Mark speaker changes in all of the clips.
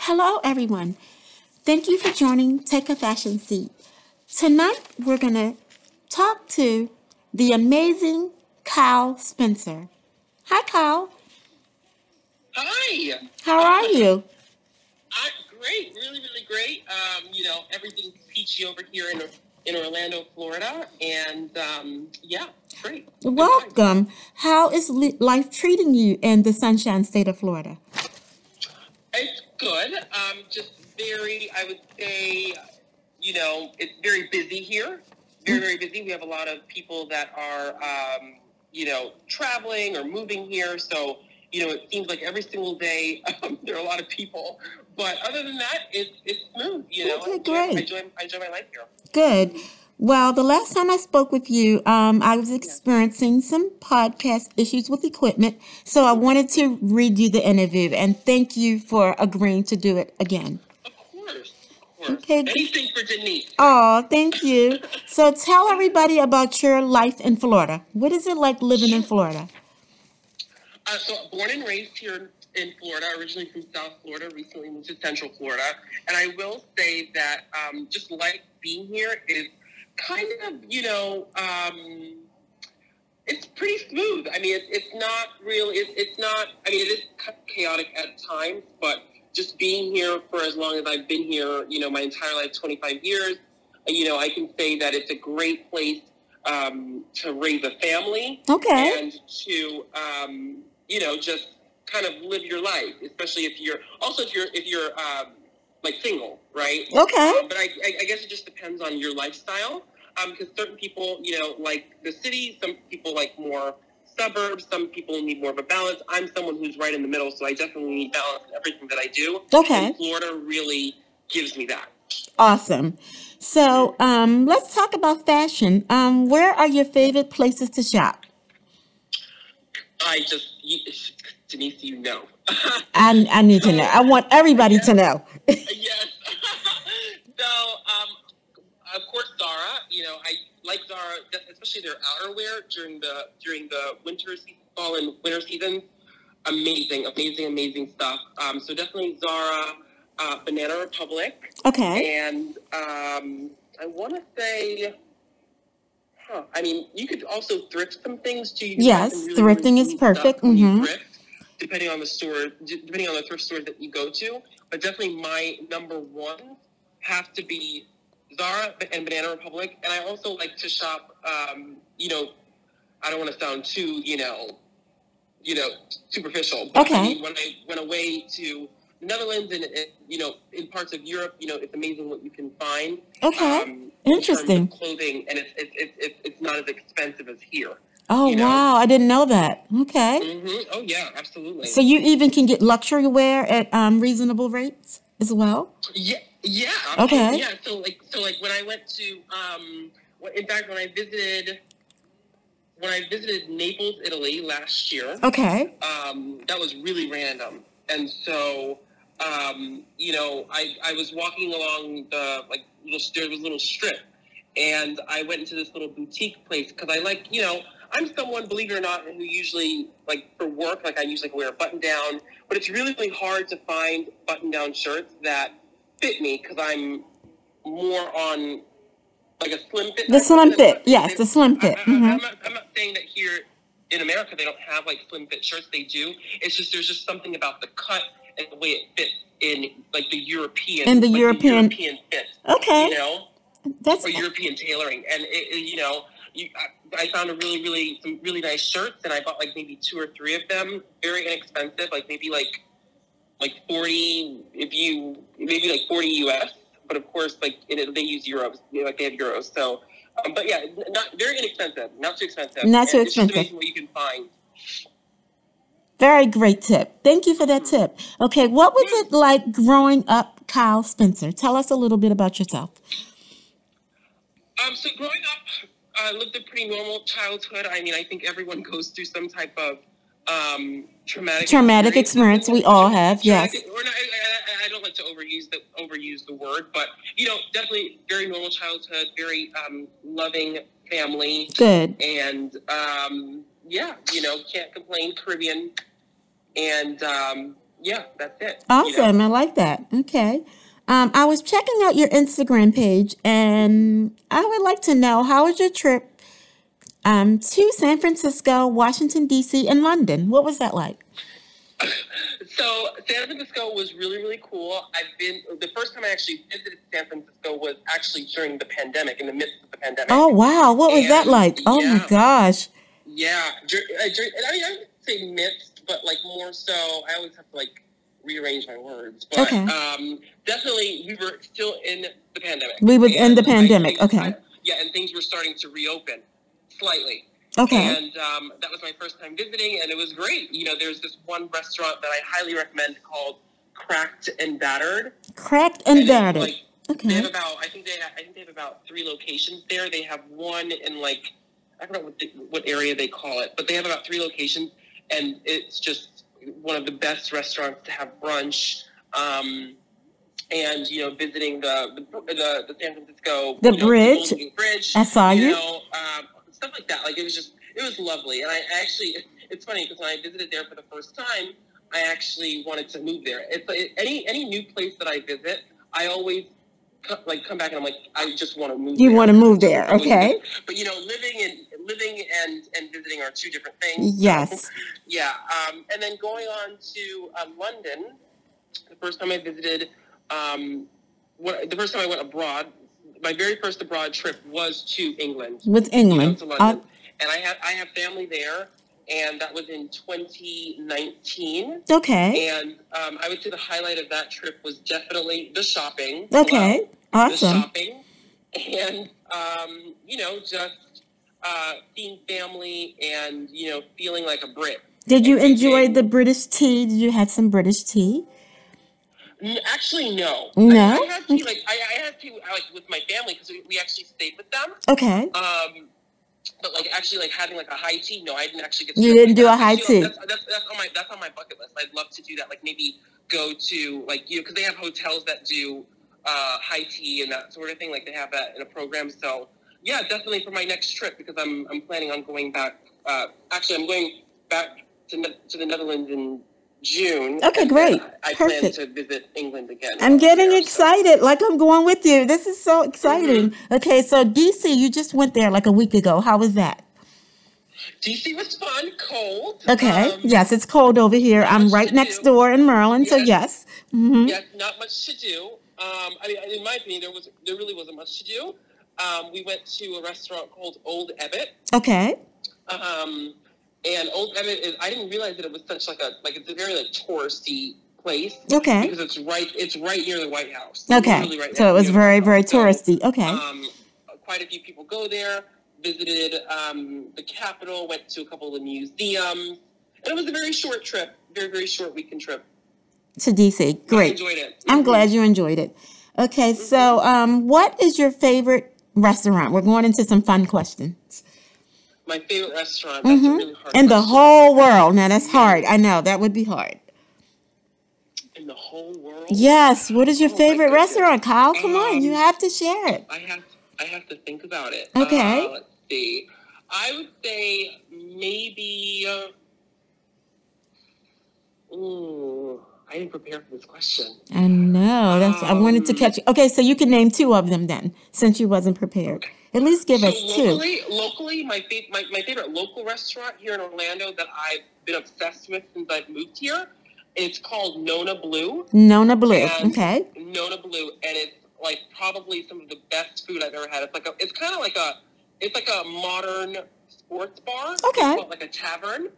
Speaker 1: Hello, everyone. Thank you for joining Take a Fashion Seat. Tonight, we're going to talk to the amazing Kyle Spencer. Hi, Kyle.
Speaker 2: Hi.
Speaker 1: How are you?
Speaker 2: I'm great, really, really great. Um, you know, everything's peachy over here in in Orlando, Florida, and um, yeah, great. Good times.
Speaker 1: Welcome. How is li- life treating you in the Sunshine State of Florida?
Speaker 2: It's good. Um, just very, I would say, you know, it's very busy here. Very, very busy. We have a lot of people that are, um, you know, traveling or moving here. So, you know, it seems like every single day um, there are a lot of people. But other than that, it's it's smooth. You know,
Speaker 1: Okay,
Speaker 2: I enjoy-
Speaker 1: great.
Speaker 2: I enjoy I enjoy my life here.
Speaker 1: Good. Well, the last time I spoke with you, um, I was experiencing some podcast issues with equipment, so I wanted to redo the interview and thank you for agreeing to do it again.
Speaker 2: Of course, of course.
Speaker 1: Okay.
Speaker 2: Anything for Denise.
Speaker 1: Oh, thank you. So tell everybody about your life in Florida. What is it like living in Florida?
Speaker 2: Uh, so born and raised here in Florida, originally from South Florida, recently moved to Central Florida. And I will say that um, just like being here is kind of, you know, um, it's pretty smooth. I mean, it's, it's not really, it's, it's not, I mean, it is ca- chaotic at times, but just being here for as long as I've been here, you know, my entire life, 25 years, you know, I can say that it's a great place um, to raise a family
Speaker 1: Okay.
Speaker 2: and to um, you know just kind of live your life, especially if you're also if you're if you're um, like single, right?
Speaker 1: Okay.
Speaker 2: Um, but I, I, I guess it just depends on your lifestyle because certain people you know like the city, some people like more suburbs, some people need more of a balance. I'm someone who's right in the middle, so I definitely need balance in everything that I do.
Speaker 1: Okay.
Speaker 2: And Florida really gives me that.
Speaker 1: Awesome. So um, let's talk about fashion. Um, where are your favorite places to shop?
Speaker 2: I just you, Denise, you know.
Speaker 1: I, I need to know. I want everybody to know.
Speaker 2: yes. so, um, of course, Zara. You know, I like Zara, especially their outerwear during the during the winter season, fall and winter seasons. Amazing, amazing, amazing stuff. Um, so definitely Zara, uh, Banana Republic,
Speaker 1: Okay.
Speaker 2: and um, I want to say. Huh. I mean, you could also thrift some things too. You can
Speaker 1: Yes,
Speaker 2: find some
Speaker 1: thrifting is
Speaker 2: neat
Speaker 1: perfect,
Speaker 2: stuff When
Speaker 1: mhm.
Speaker 2: you thrift, depending on the store, d- depending on the thrift store that you go to. But definitely, my number one have to be Zara and Banana Republic. And I also like to shop. Um, you know, I don't want to sound too, you know, you know, superficial. But
Speaker 1: Okay.
Speaker 2: I mean, when I went away to the Netherlands and, and you know, in parts of Europe, you know, it's amazing what you can find.
Speaker 1: Okay.
Speaker 2: Um, In
Speaker 1: Interesting.
Speaker 2: terms of clothing, and it's it's it's it's it's not as expensive as here.
Speaker 1: Oh,
Speaker 2: You know.
Speaker 1: wow. I didn't know that. Okay.
Speaker 2: hmm Oh yeah, absolutely.
Speaker 1: So you even can get luxury wear at um, reasonable rates as well?
Speaker 2: Yeah, yeah,
Speaker 1: Okay.
Speaker 2: yeah. So like, so like when I went to, um, when- in fact, when I visited, when I visited Naples, Italy last year,
Speaker 1: Okay.
Speaker 2: um, that was really random. And so, um, you know, I, I was walking along the like little there was a little strip, and I went into this little boutique place because I like you know I'm someone believe it or not who usually like for work like I usually wear a button down, but it's really really hard to find button down shirts that fit me because I'm more on like a slim Uh-huh. fit.
Speaker 1: The slim fit.
Speaker 2: I'm not
Speaker 1: Yes,
Speaker 2: saying-
Speaker 1: the slim fit.
Speaker 2: I, I,
Speaker 1: hmm
Speaker 2: I'm, not, I'm not saying that here in America they don't have like slim fit shirts. They do. It's just there's just something about the cut and the way it fits in like the European
Speaker 1: In the
Speaker 2: like,
Speaker 1: European-
Speaker 2: European fit. You
Speaker 1: Okay.
Speaker 2: know,
Speaker 1: That's
Speaker 2: or European tailoring, and it, it- you know. You, I, I found a really, really, some really nice shirts, and I bought like maybe two or three of them, very inexpensive, like maybe like like 40 if you maybe like 40 us but of course like in it, they use euros you know, like they have euros so um, but yeah not very inexpensive not too expensive
Speaker 1: Not too
Speaker 2: And it's just
Speaker 1: expensive.
Speaker 2: amazing what you can find
Speaker 1: very great tip. Thank you for that tip.
Speaker 2: Mm-hmm.
Speaker 1: Okay. What was it like growing up, Kyle Spencer? Tell us a little bit about yourself.
Speaker 2: Um, so growing up, I lived a pretty normal childhood. I mean, I think everyone goes through some type of um, traumatic
Speaker 1: Traumatic experience we all have,
Speaker 2: Traumatic-
Speaker 1: yes.
Speaker 2: Or not, I, I, I don't like to overuse the overuse the word, but you know, definitely very normal childhood, very um, loving family,
Speaker 1: Good.
Speaker 2: and um, yeah, you know, can't complain. Caribbean, and um, yeah, that's it. you know?
Speaker 1: Awesome. I like that. Okay. Um, I was checking out your Instagram page and I would like to know how was your trip um, to San Francisco, Washington, D.C., and London? What was that like?
Speaker 2: So San Francisco was really, really cool. I've been the first time I actually visited San Francisco was actually during the pandemic, in the midst of the pandemic.
Speaker 1: Oh, wow. What was that
Speaker 2: And,
Speaker 1: like? Oh, my
Speaker 2: yeah.
Speaker 1: gosh.
Speaker 2: Yeah, dur- uh, dur- and I mean I would say midst, but like more so. I always have to like rearrange my words, but
Speaker 1: Okay.
Speaker 2: um, definitely we were still in the pandemic.
Speaker 1: We was in
Speaker 2: And
Speaker 1: the
Speaker 2: I
Speaker 1: pandemic.
Speaker 2: think-
Speaker 1: Okay.
Speaker 2: yeah, and things were starting to reopen slightly.
Speaker 1: Okay.
Speaker 2: And um, that was my first time visiting, and it was great. You know, there's this one restaurant that I highly recommend called Cracked and Battered.
Speaker 1: Cracked and
Speaker 2: And it's,
Speaker 1: battered.
Speaker 2: like, They have
Speaker 1: Okay.
Speaker 2: about, I think they, have, I think they have about three locations there. They have one in like, I don't know what, the, what area they call it, but they have about three locations, and it's just one of the best restaurants to have brunch. Um, and you know, visiting the the, the, the San Francisco
Speaker 1: The
Speaker 2: you know,
Speaker 1: bridge.
Speaker 2: Golden Gate Bridge,
Speaker 1: I saw
Speaker 2: you
Speaker 1: you.
Speaker 2: know, um, stuff like that. Like it was just, it was lovely. And I actually, it's funny because when I visited there for the first time, I actually wanted to move there. It's like any any new place that I visit, I always co- like come back and I'm like, I just want to move.
Speaker 1: You
Speaker 2: there.
Speaker 1: want to move
Speaker 2: Just
Speaker 1: there.
Speaker 2: always
Speaker 1: Okay.
Speaker 2: just- But you know, living and living and and visiting are two different things. So
Speaker 1: Yes.
Speaker 2: yeah, um, and then going on to uh, London, the first time I visited, um, what, the first time I went abroad, my very first abroad trip was to England,
Speaker 1: With
Speaker 2: you know,
Speaker 1: England.
Speaker 2: to
Speaker 1: Uh,
Speaker 2: London, and I have I have family there, and that was in 2019.
Speaker 1: okay.
Speaker 2: And um, I would say the highlight of that trip was definitely the shopping.
Speaker 1: Okay.
Speaker 2: Hello. The
Speaker 1: Awesome.
Speaker 2: shopping, and um, you know, just uh, seeing family and you know, feeling like a Brit.
Speaker 1: Did you
Speaker 2: and
Speaker 1: enjoy
Speaker 2: being-
Speaker 1: the British tea? Did you have some British tea?
Speaker 2: N- Actually, no. I,
Speaker 1: No?
Speaker 2: I had to like I, I had to like with my family because we, we actually stayed with them.
Speaker 1: Okay.
Speaker 2: Um, but like actually like having like a high tea. No, I didn't actually get. To
Speaker 1: You
Speaker 2: go
Speaker 1: didn't
Speaker 2: like
Speaker 1: do a
Speaker 2: that.
Speaker 1: high
Speaker 2: But, you know,
Speaker 1: tea.
Speaker 2: that's, that's that's on my that's on my bucket list. I'd love to do that. Like maybe go to like you know because they have hotels that do uh, high tea and that sort of thing. Like they have that in a program. So yeah, definitely for my next trip because I'm I'm planning on going back. Uh, actually, I'm going back to Ne- to the Netherlands in. June.
Speaker 1: Okay,
Speaker 2: and then
Speaker 1: great.
Speaker 2: I plan
Speaker 1: Perfect.
Speaker 2: to visit England again.
Speaker 1: I'm
Speaker 2: while
Speaker 1: getting
Speaker 2: there, so.
Speaker 1: excited. Like I'm going with you. This is so exciting.
Speaker 2: Mm-hmm.
Speaker 1: Okay, so DC, you just went there like a week ago. How was that?
Speaker 2: DC was fun, cold.
Speaker 1: Okay.
Speaker 2: Um,
Speaker 1: Yes, it's cold over here.
Speaker 2: not
Speaker 1: I'm
Speaker 2: much
Speaker 1: right
Speaker 2: to
Speaker 1: next
Speaker 2: do.
Speaker 1: door in Maryland, so
Speaker 2: Yes,
Speaker 1: yes. hmm
Speaker 2: yes, not much to do. Um, I mean, in my opinion, there was there really wasn't much to do. Um, we went to a restaurant called Old Ebbett,
Speaker 1: Okay.
Speaker 2: um, and Old Ebbett is. I didn't realize that it was such like a like it's a very like touristy place
Speaker 1: Okay.
Speaker 2: because it's right it's right near the White House,
Speaker 1: Okay.
Speaker 2: literally right
Speaker 1: So it
Speaker 2: next
Speaker 1: was
Speaker 2: near the White
Speaker 1: very, very
Speaker 2: House. So
Speaker 1: touristy. Okay.
Speaker 2: um, quite a few people go there. Visited um, the Capitol, went to a couple of the museums, and it was a very short trip, very very short weekend trip.
Speaker 1: To DC.
Speaker 2: I
Speaker 1: Great.
Speaker 2: enjoyed it.
Speaker 1: I'm
Speaker 2: hmm
Speaker 1: glad you enjoyed it. Okay,
Speaker 2: hmm
Speaker 1: so um, what is your favorite restaurant? We're going into some fun questions.
Speaker 2: My favorite restaurant. That's a
Speaker 1: Mm-hmm.
Speaker 2: really hard
Speaker 1: In the
Speaker 2: question.
Speaker 1: whole world. Now that's hard.
Speaker 2: Man,
Speaker 1: I know that would be hard.
Speaker 2: in the whole world.
Speaker 1: Yes. What is your
Speaker 2: Oh my
Speaker 1: favorite
Speaker 2: goodness.
Speaker 1: restaurant, Kyle? Come on, you
Speaker 2: Um,
Speaker 1: have to share it.
Speaker 2: I have I have to think about it. Uh,
Speaker 1: Okay.
Speaker 2: let's see. I would say maybe. Uh, ooh, I didn't prepare for this question.
Speaker 1: I know. That's I wanted to
Speaker 2: Um,
Speaker 1: catch you. Okay, so you can name two of them then, since you wasn't prepared.
Speaker 2: okay.
Speaker 1: At least give
Speaker 2: So
Speaker 1: us two.
Speaker 2: locally, locally, my, fa- my my favorite local restaurant here in Orlando that I've been obsessed with since I've moved here, it's called Nona Blue.
Speaker 1: Nona Blue.
Speaker 2: and
Speaker 1: Okay.
Speaker 2: Nona Blue, and it's like probably some of the best food I've ever had. It's like a, it's kind of like a, it's like a modern sports bar. It's
Speaker 1: Okay.
Speaker 2: not like a tavern,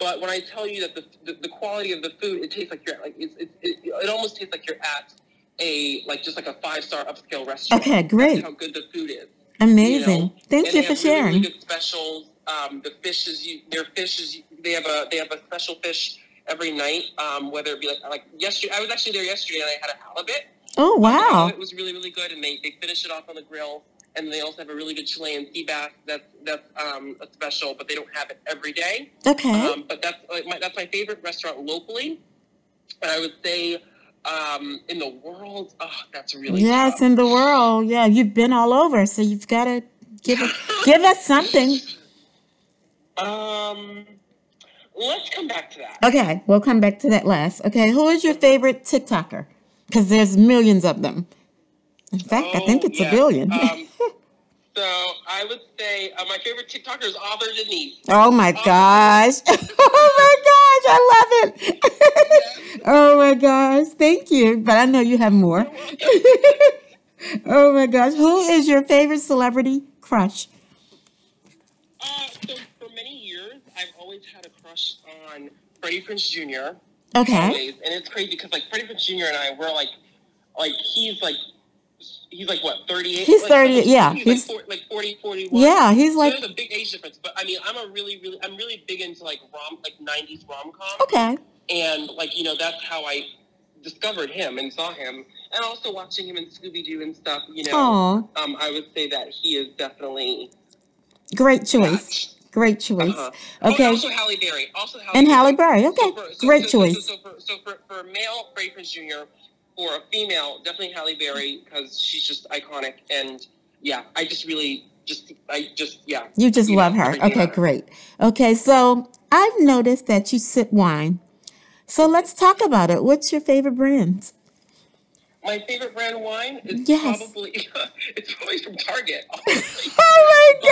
Speaker 2: but when I tell you that the the, the quality of the food, it tastes like you're at, like it's, it's it, it almost tastes like you're at a like just like a five star upscale restaurant.
Speaker 1: Okay,
Speaker 2: That's how
Speaker 1: great.
Speaker 2: good the food is, you know.
Speaker 1: Amazing.
Speaker 2: And
Speaker 1: Thank
Speaker 2: they
Speaker 1: you for
Speaker 2: have really
Speaker 1: sharing.
Speaker 2: really good specials. Um, the fish is you, their fish is they have a they have a special fish every night. Um, whether it be like like yesterday, I was actually there yesterday and I had a halibut.
Speaker 1: Oh
Speaker 2: Um, the
Speaker 1: wow.
Speaker 2: halibut was really really good, and they, they finish it off on the grill. And they also have a really good Chilean sea bass. That's that's um, a special, but they don't have it every day.
Speaker 1: Okay.
Speaker 2: Um, but that's like my, that's my favorite restaurant locally. But I would say um, in the world, oh, that's really
Speaker 1: Yes,
Speaker 2: tough.
Speaker 1: in the world. Yeah, you've been all over, so you've got to give us give us something.
Speaker 2: um, Let's come back to that.
Speaker 1: Okay, we'll come back to that last. Okay, who is your favorite TikToker? Because there's millions of them. In fact, I think
Speaker 2: Oh,
Speaker 1: it's
Speaker 2: yeah.
Speaker 1: a billion.
Speaker 2: Um, so I would say uh, my favorite TikToker is Author Denise.
Speaker 1: oh my gosh. oh my gosh, I love it. oh my gosh, thank you. But I know you have more. oh my gosh, who is your favorite celebrity crush?
Speaker 2: Uh, so for many years, I've always had a crush on Freddie Prince Jr.
Speaker 1: Okay.
Speaker 2: Always, and it's crazy because like Freddie Prince Jr. and I were like, like he's like, he's like what thirty eight.
Speaker 1: He's
Speaker 2: like,
Speaker 1: 38, yeah.
Speaker 2: He's,
Speaker 1: He's-
Speaker 2: like, 40, like 40, 41.
Speaker 1: Yeah, he's
Speaker 2: So
Speaker 1: like,
Speaker 2: there's a big age difference, but I mean, I'm a really, really, I'm really big into like rom, like '90s rom com,
Speaker 1: okay.
Speaker 2: and like you know that's how I discovered him and saw him, and also watching him in Scooby Doo and stuff. You know,
Speaker 1: Aw,
Speaker 2: um, I would say that he is definitely
Speaker 1: great choice. Great choice.
Speaker 2: uh-huh. Oh, and
Speaker 1: Okay.
Speaker 2: also Halle Berry. Also Halle
Speaker 1: And
Speaker 2: Berry.
Speaker 1: Halle Berry. Okay.
Speaker 2: So for- so-
Speaker 1: Great
Speaker 2: so- so-
Speaker 1: choice.
Speaker 2: So, for, so for, for a male, Freddie Prinze Jr. For a female, definitely Halle Berry because she's just iconic. And yeah, I just really just I just yeah.
Speaker 1: You just
Speaker 2: you
Speaker 1: love
Speaker 2: know,
Speaker 1: her.
Speaker 2: everything
Speaker 1: Okay,
Speaker 2: about her.
Speaker 1: great. Okay, so I've noticed that you sip wine. So let's talk about it. What's your favorite brands?
Speaker 2: My favorite brand wine is
Speaker 1: Yes.
Speaker 2: probably it's probably from Target. honestly.
Speaker 1: Oh my
Speaker 2: Uh,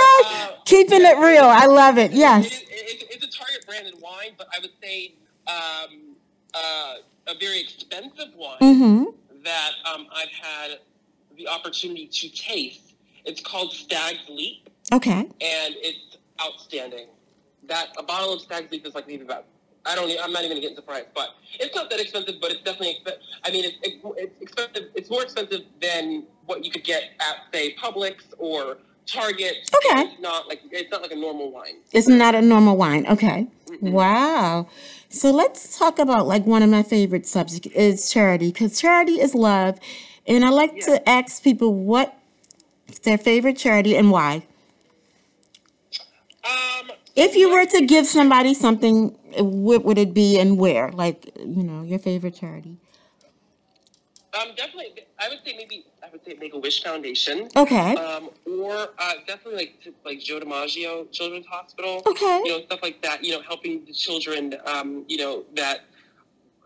Speaker 1: God. Keeping it real. I love it. Yes.
Speaker 2: It is, it, it's a Target branded wine, but I would say um, uh, a very expensive wine
Speaker 1: Mm-hmm.
Speaker 2: that um, I've had the opportunity to taste. It's called Stag's Leap,
Speaker 1: Okay.
Speaker 2: and it's outstanding. That a bottle of Stag's Leap is like maybe about I don't e- I'm not even getting surprised, but it's not that expensive, but it's definitely expensive. I mean, it's, it, it's expensive. It's more expensive than what you could get at say Publix or Target.
Speaker 1: Okay.
Speaker 2: It's not like it's not like a normal wine.
Speaker 1: It's not a normal wine. Okay.
Speaker 2: Mm-mm.
Speaker 1: Wow. So let's talk about like one of my favorite subjects is charity because charity is love. And I like to ask people what their favorite charity and why.
Speaker 2: Um,
Speaker 1: If you were to give somebody something, what would it be and where? Like, you know, your favorite charity.
Speaker 2: um, definitely, I would say maybe I would say Make a Wish Foundation.
Speaker 1: Okay.
Speaker 2: um, or uh, definitely like to, like Joe DiMaggio Children's Hospital,
Speaker 1: Okay.
Speaker 2: you know stuff like that. You know, helping the children, um, you know that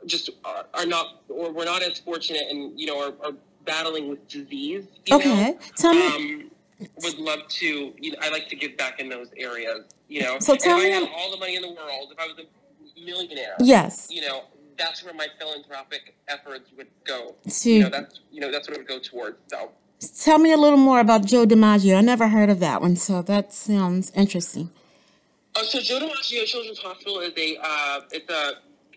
Speaker 2: just are, are not or we're not as fortunate, and you know are, are battling with disease. You
Speaker 1: Okay. Tell
Speaker 2: know?
Speaker 1: me.
Speaker 2: Um, would love to. You know, I like to give back in those areas. You know,
Speaker 1: So tell
Speaker 2: and if I
Speaker 1: me-
Speaker 2: had all the money in the world, if I was a millionaire,
Speaker 1: Yes.
Speaker 2: you know, that's where my philanthropic efforts would go.
Speaker 1: To-
Speaker 2: you know, that's you know that's what it would go towards. So.
Speaker 1: Tell me a little more about Joe DiMaggio. I never heard of that one, so that sounds interesting.
Speaker 2: Uh, so Joe DiMaggio Children's Hospital is a uh, it's a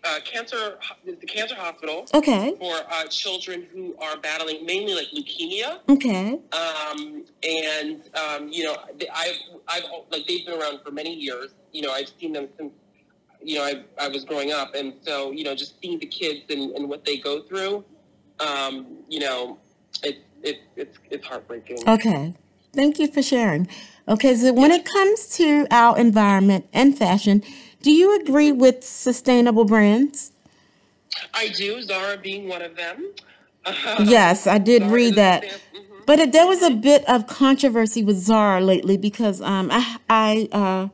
Speaker 2: uh, cancer ho- it's a cancer hospital
Speaker 1: Okay.
Speaker 2: for uh, children who are battling mainly like leukemia.
Speaker 1: Okay.
Speaker 2: Um, and um, you know, they, I've I've al- like they've been around for many years. You know, I've seen them since you know I I was growing up, and so you know, just seeing the kids and, and what they go through, um, you know, it's it's it's it's heartbreaking.
Speaker 1: Okay. Thank you for sharing. Okay, so when it comes to our environment and fashion, do you agree with sustainable brands?
Speaker 2: I do Zara being one of them.
Speaker 1: Yes, I did
Speaker 2: Zara
Speaker 1: read
Speaker 2: is-
Speaker 1: that.
Speaker 2: mhm.
Speaker 1: But it, there was a bit of controversy with Zara lately because um, I, I uh,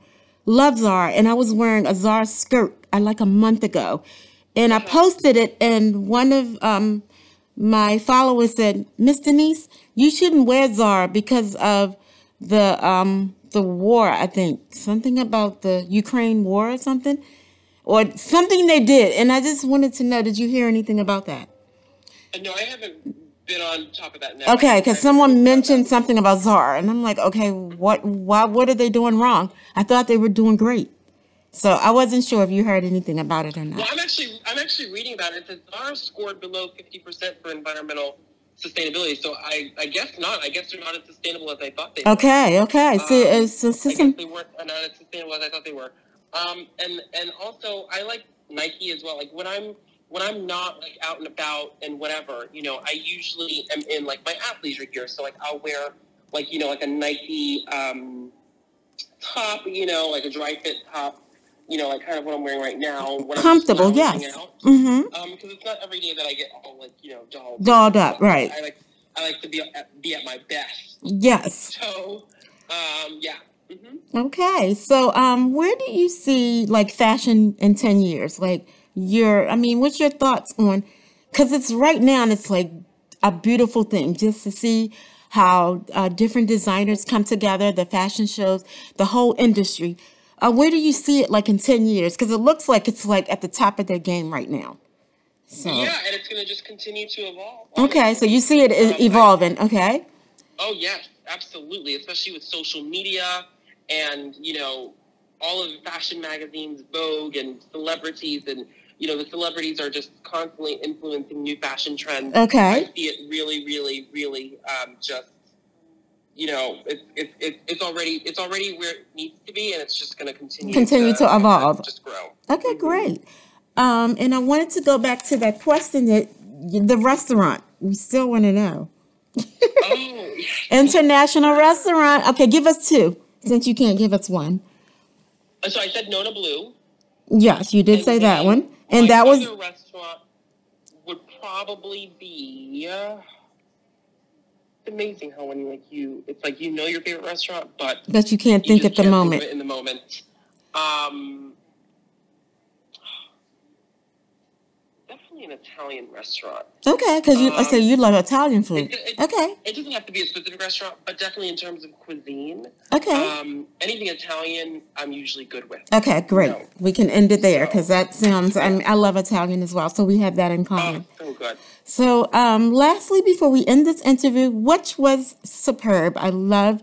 Speaker 1: love Zara and I was wearing a Zara skirt uh, like a month ago. And I posted it, and one of um, my followers said, Miss Denise, you shouldn't wear Zara because of the um, the war, I think. Something about the Ukraine war or something. Or something they did. And I just wanted to know did you hear anything about that?
Speaker 2: No, I haven't been on top of that now.
Speaker 1: Okay,
Speaker 2: I-
Speaker 1: because
Speaker 2: I-
Speaker 1: someone mentioned something about Zara, and I'm like, okay, what, why, what are they doing wrong? I thought they were doing great, so I wasn't sure if you heard anything about it or
Speaker 2: Well,
Speaker 1: not.
Speaker 2: I'm actually I'm actually reading about it. It says Zara scored below 50% for environmental sustainability. So I, I guess not. I guess they're not as sustainable as I thought they were.
Speaker 1: Okay, okay, see,
Speaker 2: Um,
Speaker 1: it's a
Speaker 2: I guess
Speaker 1: system.
Speaker 2: they weren't not as sustainable as I thought they were. Um, and and also I like Nike as well. Like when I'm when I'm not like out and about and whatever, you know, I usually am in like my athleisure gear. So like I'll wear like you know like a Nike um, top, you know, like a dry fit top, you know, like kind of what I'm wearing right now when
Speaker 1: Comfortable,
Speaker 2: I'm lounging
Speaker 1: yes.
Speaker 2: out.
Speaker 1: Mm-hmm.
Speaker 2: Um, because it's not every day that I get all like you know dolled,
Speaker 1: Dolled up, right?
Speaker 2: I like I like to be at, be at my best.
Speaker 1: Yes.
Speaker 2: So, um, yeah,
Speaker 1: Okay, so um, where do you see like fashion in ten years? Like your, I mean, what's your thoughts on? Because it's right now, and it's like a beautiful thing just to see how uh, different designers come together, the fashion shows, the whole industry. Uh, where do you see it like in ten years? Because it looks like it's like at the top of their game right now. So
Speaker 2: Yeah, and it's going to just continue to evolve.
Speaker 1: Uh-huh. okay, so
Speaker 2: honestly.
Speaker 1: you see it
Speaker 2: Um,
Speaker 1: e-
Speaker 2: I-
Speaker 1: evolving. Okay,
Speaker 2: Oh yes, absolutely. Especially with social media and you know all of the fashion magazines, Vogue and celebrities, and you know the celebrities are just constantly influencing new fashion trends. I
Speaker 1: okay,
Speaker 2: see it really, really, really um, just you know it's it's it's it's already it's already where it needs to be, and it's just going to continue
Speaker 1: continue
Speaker 2: to
Speaker 1: to
Speaker 2: you know to
Speaker 1: evolve.
Speaker 2: just grow.
Speaker 1: Okay, great. Um, and I wanted to go back to that question that the restaurant. We still want to know.
Speaker 2: Oh yes.
Speaker 1: International restaurant. Okay, give us two since you can't give us one.
Speaker 2: So I said Nona Blue,
Speaker 1: Yes, you did
Speaker 2: and
Speaker 1: say that
Speaker 2: then
Speaker 1: one. And
Speaker 2: my
Speaker 1: that was
Speaker 2: other restaurant would probably be. Uh, it's amazing how when like you it's like you know your favorite restaurant but
Speaker 1: that you can't
Speaker 2: you
Speaker 1: think
Speaker 2: just
Speaker 1: at the
Speaker 2: can't
Speaker 1: moment.
Speaker 2: think of it in the moment um definitely an italian restaurant
Speaker 1: Okay, because you I said
Speaker 2: um
Speaker 1: you love Italian
Speaker 2: it,
Speaker 1: food.
Speaker 2: it,
Speaker 1: Okay,
Speaker 2: it doesn't have to be a specific restaurant but definitely in terms of cuisine
Speaker 1: okay,
Speaker 2: um anything italian i'm usually good with
Speaker 1: okay,
Speaker 2: you
Speaker 1: great.
Speaker 2: know
Speaker 1: We can end it there because
Speaker 2: so
Speaker 1: that sounds. I
Speaker 2: yeah
Speaker 1: mean, I love Italian as well, so we have that in
Speaker 2: oh
Speaker 1: common.
Speaker 2: so good
Speaker 1: So, um, lastly, before we end this interview, which was superb. I love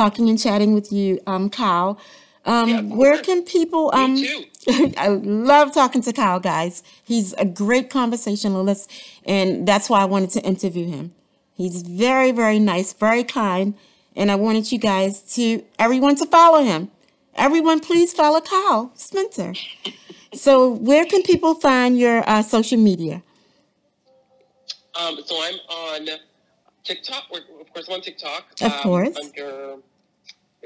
Speaker 1: talking and chatting with you, um, Kyle.
Speaker 2: yeah of
Speaker 1: Um, where
Speaker 2: course
Speaker 1: can people?
Speaker 2: me
Speaker 1: Um,
Speaker 2: too
Speaker 1: I love talking to Kyle, guys. He's a great conversationalist, and that's why I wanted to interview him. He's very, very nice, very kind, and I wanted you guys to everyone to follow him. Everyone, please follow Kyle Spencer. So, where can people find your uh, social media?
Speaker 2: um so i'm on tiktok we're, of course I'm on tiktok
Speaker 1: Of
Speaker 2: um
Speaker 1: course.
Speaker 2: under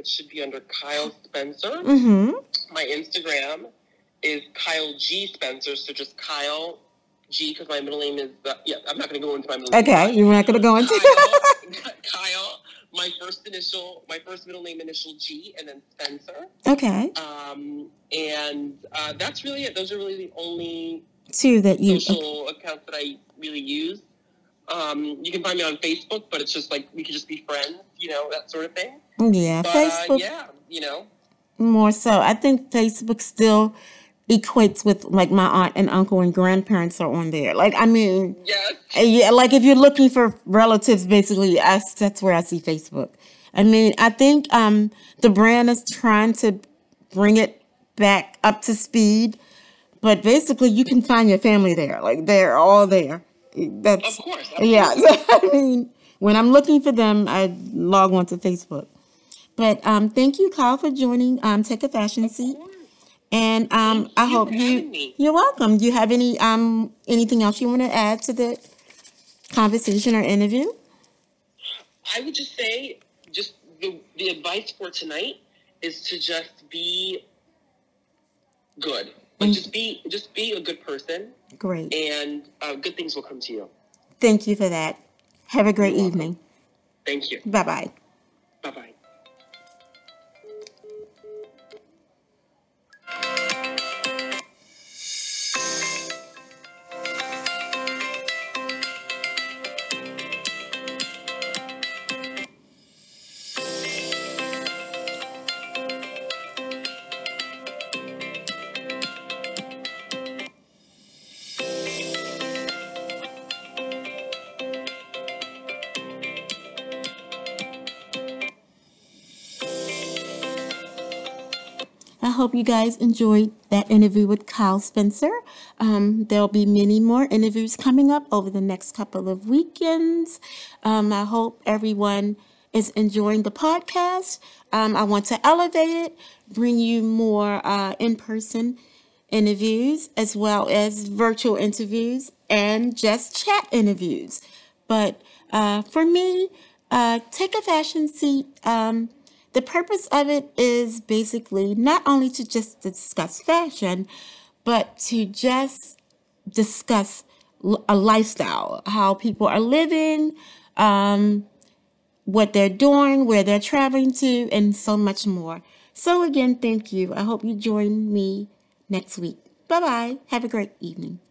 Speaker 2: it should be under kyle spencer
Speaker 1: Mm-hmm.
Speaker 2: my Instagram is Kyle G Spencer, so just Kyle G because my middle name is uh, yeah. I'm not going to go into my middle name,
Speaker 1: Okay,
Speaker 2: but
Speaker 1: you're not gonna go into.
Speaker 2: Kyle, Kyle, my first initial, my first middle name initial G, and then Spencer.
Speaker 1: okay,
Speaker 2: Um, and uh, that's really it. Those are really the only
Speaker 1: two that you. Okay,
Speaker 2: social accounts that I really use. Um, you can find me on Facebook, but it's just like we could just be friends, you know, that sort of thing.
Speaker 1: oh, yeah,
Speaker 2: But uh,
Speaker 1: Facebook
Speaker 2: yeah, you know,
Speaker 1: more so. I think Facebook still equates with like my aunt and uncle and grandparents are on there. Like I mean,
Speaker 2: yes,
Speaker 1: uh, yeah, like if you're looking for relatives, basically, us that's where I see Facebook. I mean, I think um the brand is trying to bring it back up to speed, but basically, you can find your family there. Like they're all there.
Speaker 2: of
Speaker 1: That's
Speaker 2: course,
Speaker 1: yeah.
Speaker 2: absolutely.
Speaker 1: I mean, when I'm looking for them, I log on to Facebook. But um, thank you, Kyle, for joining. Um, take a fashion
Speaker 2: Of
Speaker 1: seat,
Speaker 2: course.
Speaker 1: and um,
Speaker 2: Thank
Speaker 1: I
Speaker 2: you
Speaker 1: hope
Speaker 2: for
Speaker 1: you
Speaker 2: having me.
Speaker 1: you're welcome. Do you have any um anything else you want to add to the conversation or interview?
Speaker 2: I would just say, just the, the advice for tonight is to just be good. Like
Speaker 1: And
Speaker 2: just be just be a good person,
Speaker 1: great,
Speaker 2: and uh, good things will come to you.
Speaker 1: thank you for that. Have a great
Speaker 2: You're welcome.
Speaker 1: evening.
Speaker 2: Thank you.
Speaker 1: Bye bye.
Speaker 2: Bye bye.
Speaker 1: I hope you guys enjoyed that interview with Kyle Spencer. Um, there'll be many more interviews coming up over the next couple of weekends. Um, I hope everyone is enjoying the podcast. Um, I want to elevate it, bring you more uh, in person interviews as well as virtual interviews and just chat interviews. But uh, for me, uh, take a fashion seat. Um, the purpose of it is basically not only to just discuss fashion, but to just discuss l- a lifestyle, how people are living, um, what they're doing, where they're traveling to, and so much more. So, again, thank you. I hope you join me next week. Bye bye. Have a great evening.